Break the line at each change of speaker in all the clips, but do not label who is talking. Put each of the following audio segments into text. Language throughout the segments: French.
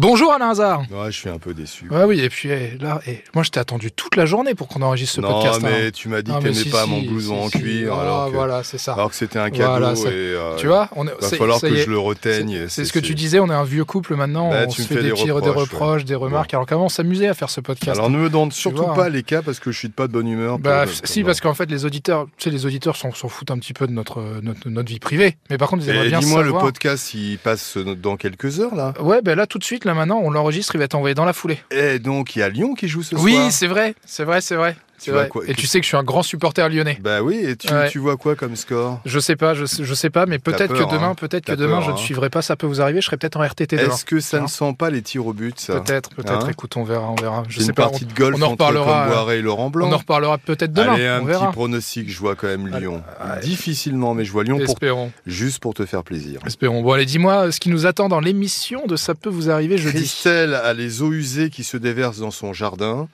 Bonjour Alain Hazard.
Ouais, je suis un peu déçu.
Ouais, oui, et puis eh, là, eh, moi je t'ai attendu toute la journée pour qu'on enregistre ce
non,
podcast.
mais
hein.
tu m'as dit
Ah,
que
mais
t'aimais
si,
pas
si,
mon blouson
si,
en
si.
cuir,
Ah,
alors, que,
voilà, c'est ça.
alors que c'était un cadeau.
Voilà, ça-
et, euh,
tu vois, on
va falloir que je le
c'est,
reteigne. et
c'est ce que tu disais, on est un vieux couple maintenant,
Bah,
on se
tu me
fait
fais
des,
des
petits-
reproches,
des reproches, des remarques. Alors qu'avant, on s'amusait à faire ce podcast.
Alors ne me donne surtout
vois, hein.
pas les cas parce que je suis de pas de bonne humeur.
bah,
pour- euh,
si,
non.
parce qu'en fait, les auditeurs, tu sais, les auditeurs s'en, s'en foutent un petit peu de notre, euh, notre, notre vie privée. Mais par contre, ils aimeraient
Et
bien
Eh, dis-moi, le
savoir.
podcast, il passe dans quelques heures, là
Ouais, ben là, tout de suite, là maintenant, on l'enregistre, il va être envoyé dans la foulée.
Et Eh, donc, il y a Lyon qui joue ce
oui,
soir
c'est vrai, c'est vrai, c'est vrai. c'est
vois
vrai.
quoi-
et tu sais que je suis un grand supporter lyonnais.
Bah oui, et tu,
Ouais.
tu vois quoi comme score
Je sais pas, je sais, je sais pas, mais peut-être
peur,
que demain,
hein.
peut-être que
T'as
demain,
peur,
je ne
hein.
suivrai pas. Ça peut vous arriver. Je serai peut-être en RTT demain.
Est-ce que ça
Hein
ne sent pas les tirs au but, ça
Peut-être, peut-être.
Hein
Écoute, on verra, on verra. Je
C'est
sais
une
pas.
partie de golf
on en
entre
reparlera,
Comboiré et Laurent
On,
Blanc.
on en reparlera peut-être demain.
Allez, un
on
petit
verra.
pronostic, je vois quand même
Allez. Ah,
Lyon.
Ouais.
Difficilement, mais je vois Lyon pour,
Espérons,
juste pour te faire plaisir.
espérons. Bon, allez, dis-moi euh, ce qui nous attend dans l'émission de Ça peut vous arriver jeudi.
Christelle a les eaux usées qui se déversent dans son jardin.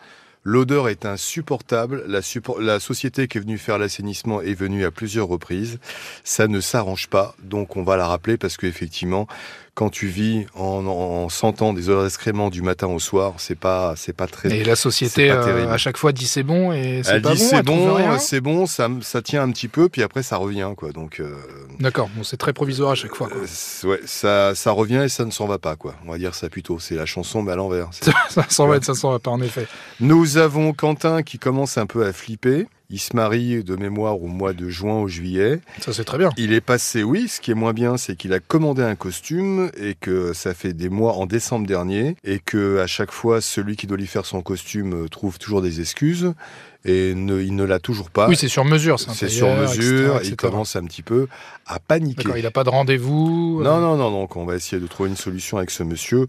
L'odeur est insupportable. La, suppo- la société qui est venue faire l'assainissement est venue à plusieurs reprises. Ça ne s'arrange pas, donc on va la rappeler parce qu'effectivement, quand tu vis en, en- en sentant des odeurs d'excréments du matin au soir, c'est pas, c'est pas très.
Et la société,
C'est pas
euh,
terrible.
à chaque fois, dit c'est bon et c'est
Elle
pas
dit
bon.
c'est
elle trouve rien.
bon, c'est bon, ça, me- ça tient un petit peu, puis après ça revient quoi. Donc euh,
D'accord, bon, c'est très provisoire à chaque fois. quoi.
euh, c'est- ouais, ça, ça revient et ça ne s'en va pas quoi. On va dire ça plutôt. C'est la chanson mais à l'envers. C'est-
ça s'en va, être- ça s'en va pas, en effet.
Nous avons Quentin qui commence un peu à flipper. Il se marie de mémoire au mois de juin ou juillet.
Ça, c'est très bien.
Il est passé, oui, ce qui est moins bien, c'est qu'il a commandé un costume et que ça fait des mois en décembre dernier et que à chaque fois celui qui doit lui faire son costume euh, trouve toujours des excuses et ne- il ne l'a toujours pas.
oui, c'est sur mesure. un
Ah, C'est sur
tailleur,
mesure,
etc.,
il
etc..
commence un petit peu à paniquer.
D'accord, il n'a pas de rendez-vous. euh,
Non, non, non, donc on va essayer de trouver une solution avec ce monsieur.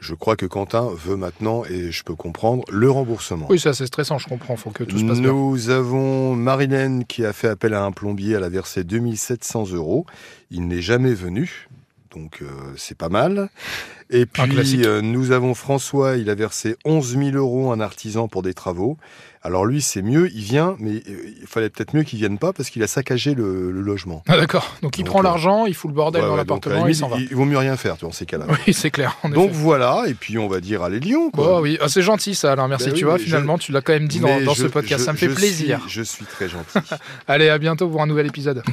Je crois que Quentin veut maintenant, et je peux comprendre, le remboursement.
Oui, ça c'est stressant, je comprends, faut que tout se passe bien.
Nous avons Marilène qui a fait appel à un plombier, elle a versé 2700 euros. Il n'est jamais venu, donc euh, c'est pas mal. Et
Un classique.
puis euh, nous avons François, il a versé 11 000 euros à un artisan pour des travaux. Alors lui c'est mieux, il vient, mais euh, il fallait peut-être mieux qu'il vienne pas parce qu'il a saccagé le, le logement.
Ah d'accord, donc il
Donc,
prend
euh,
l'argent, il fout le bordel
Ouais,
dans
ouais, donc, à la
l'appartement, il
limite,
s'en va.
il vaut mieux rien faire, tu vois, dans ces cas-là.
Oui, c'est clair, en
Donc
effet.
voilà, et puis on va dire allez Lyon quoi.
Oh, oui, Ah, c'est gentil ça Alain, merci.
Ben
tu
oui,
vois,
mais je-
finalement, tu l'as quand même dit dans,
Mais
dans
je-
ce podcast,
je-
ça me fait
je
plaisir.
suis- je suis très gentil.
Allez, à bientôt pour un nouvel épisode.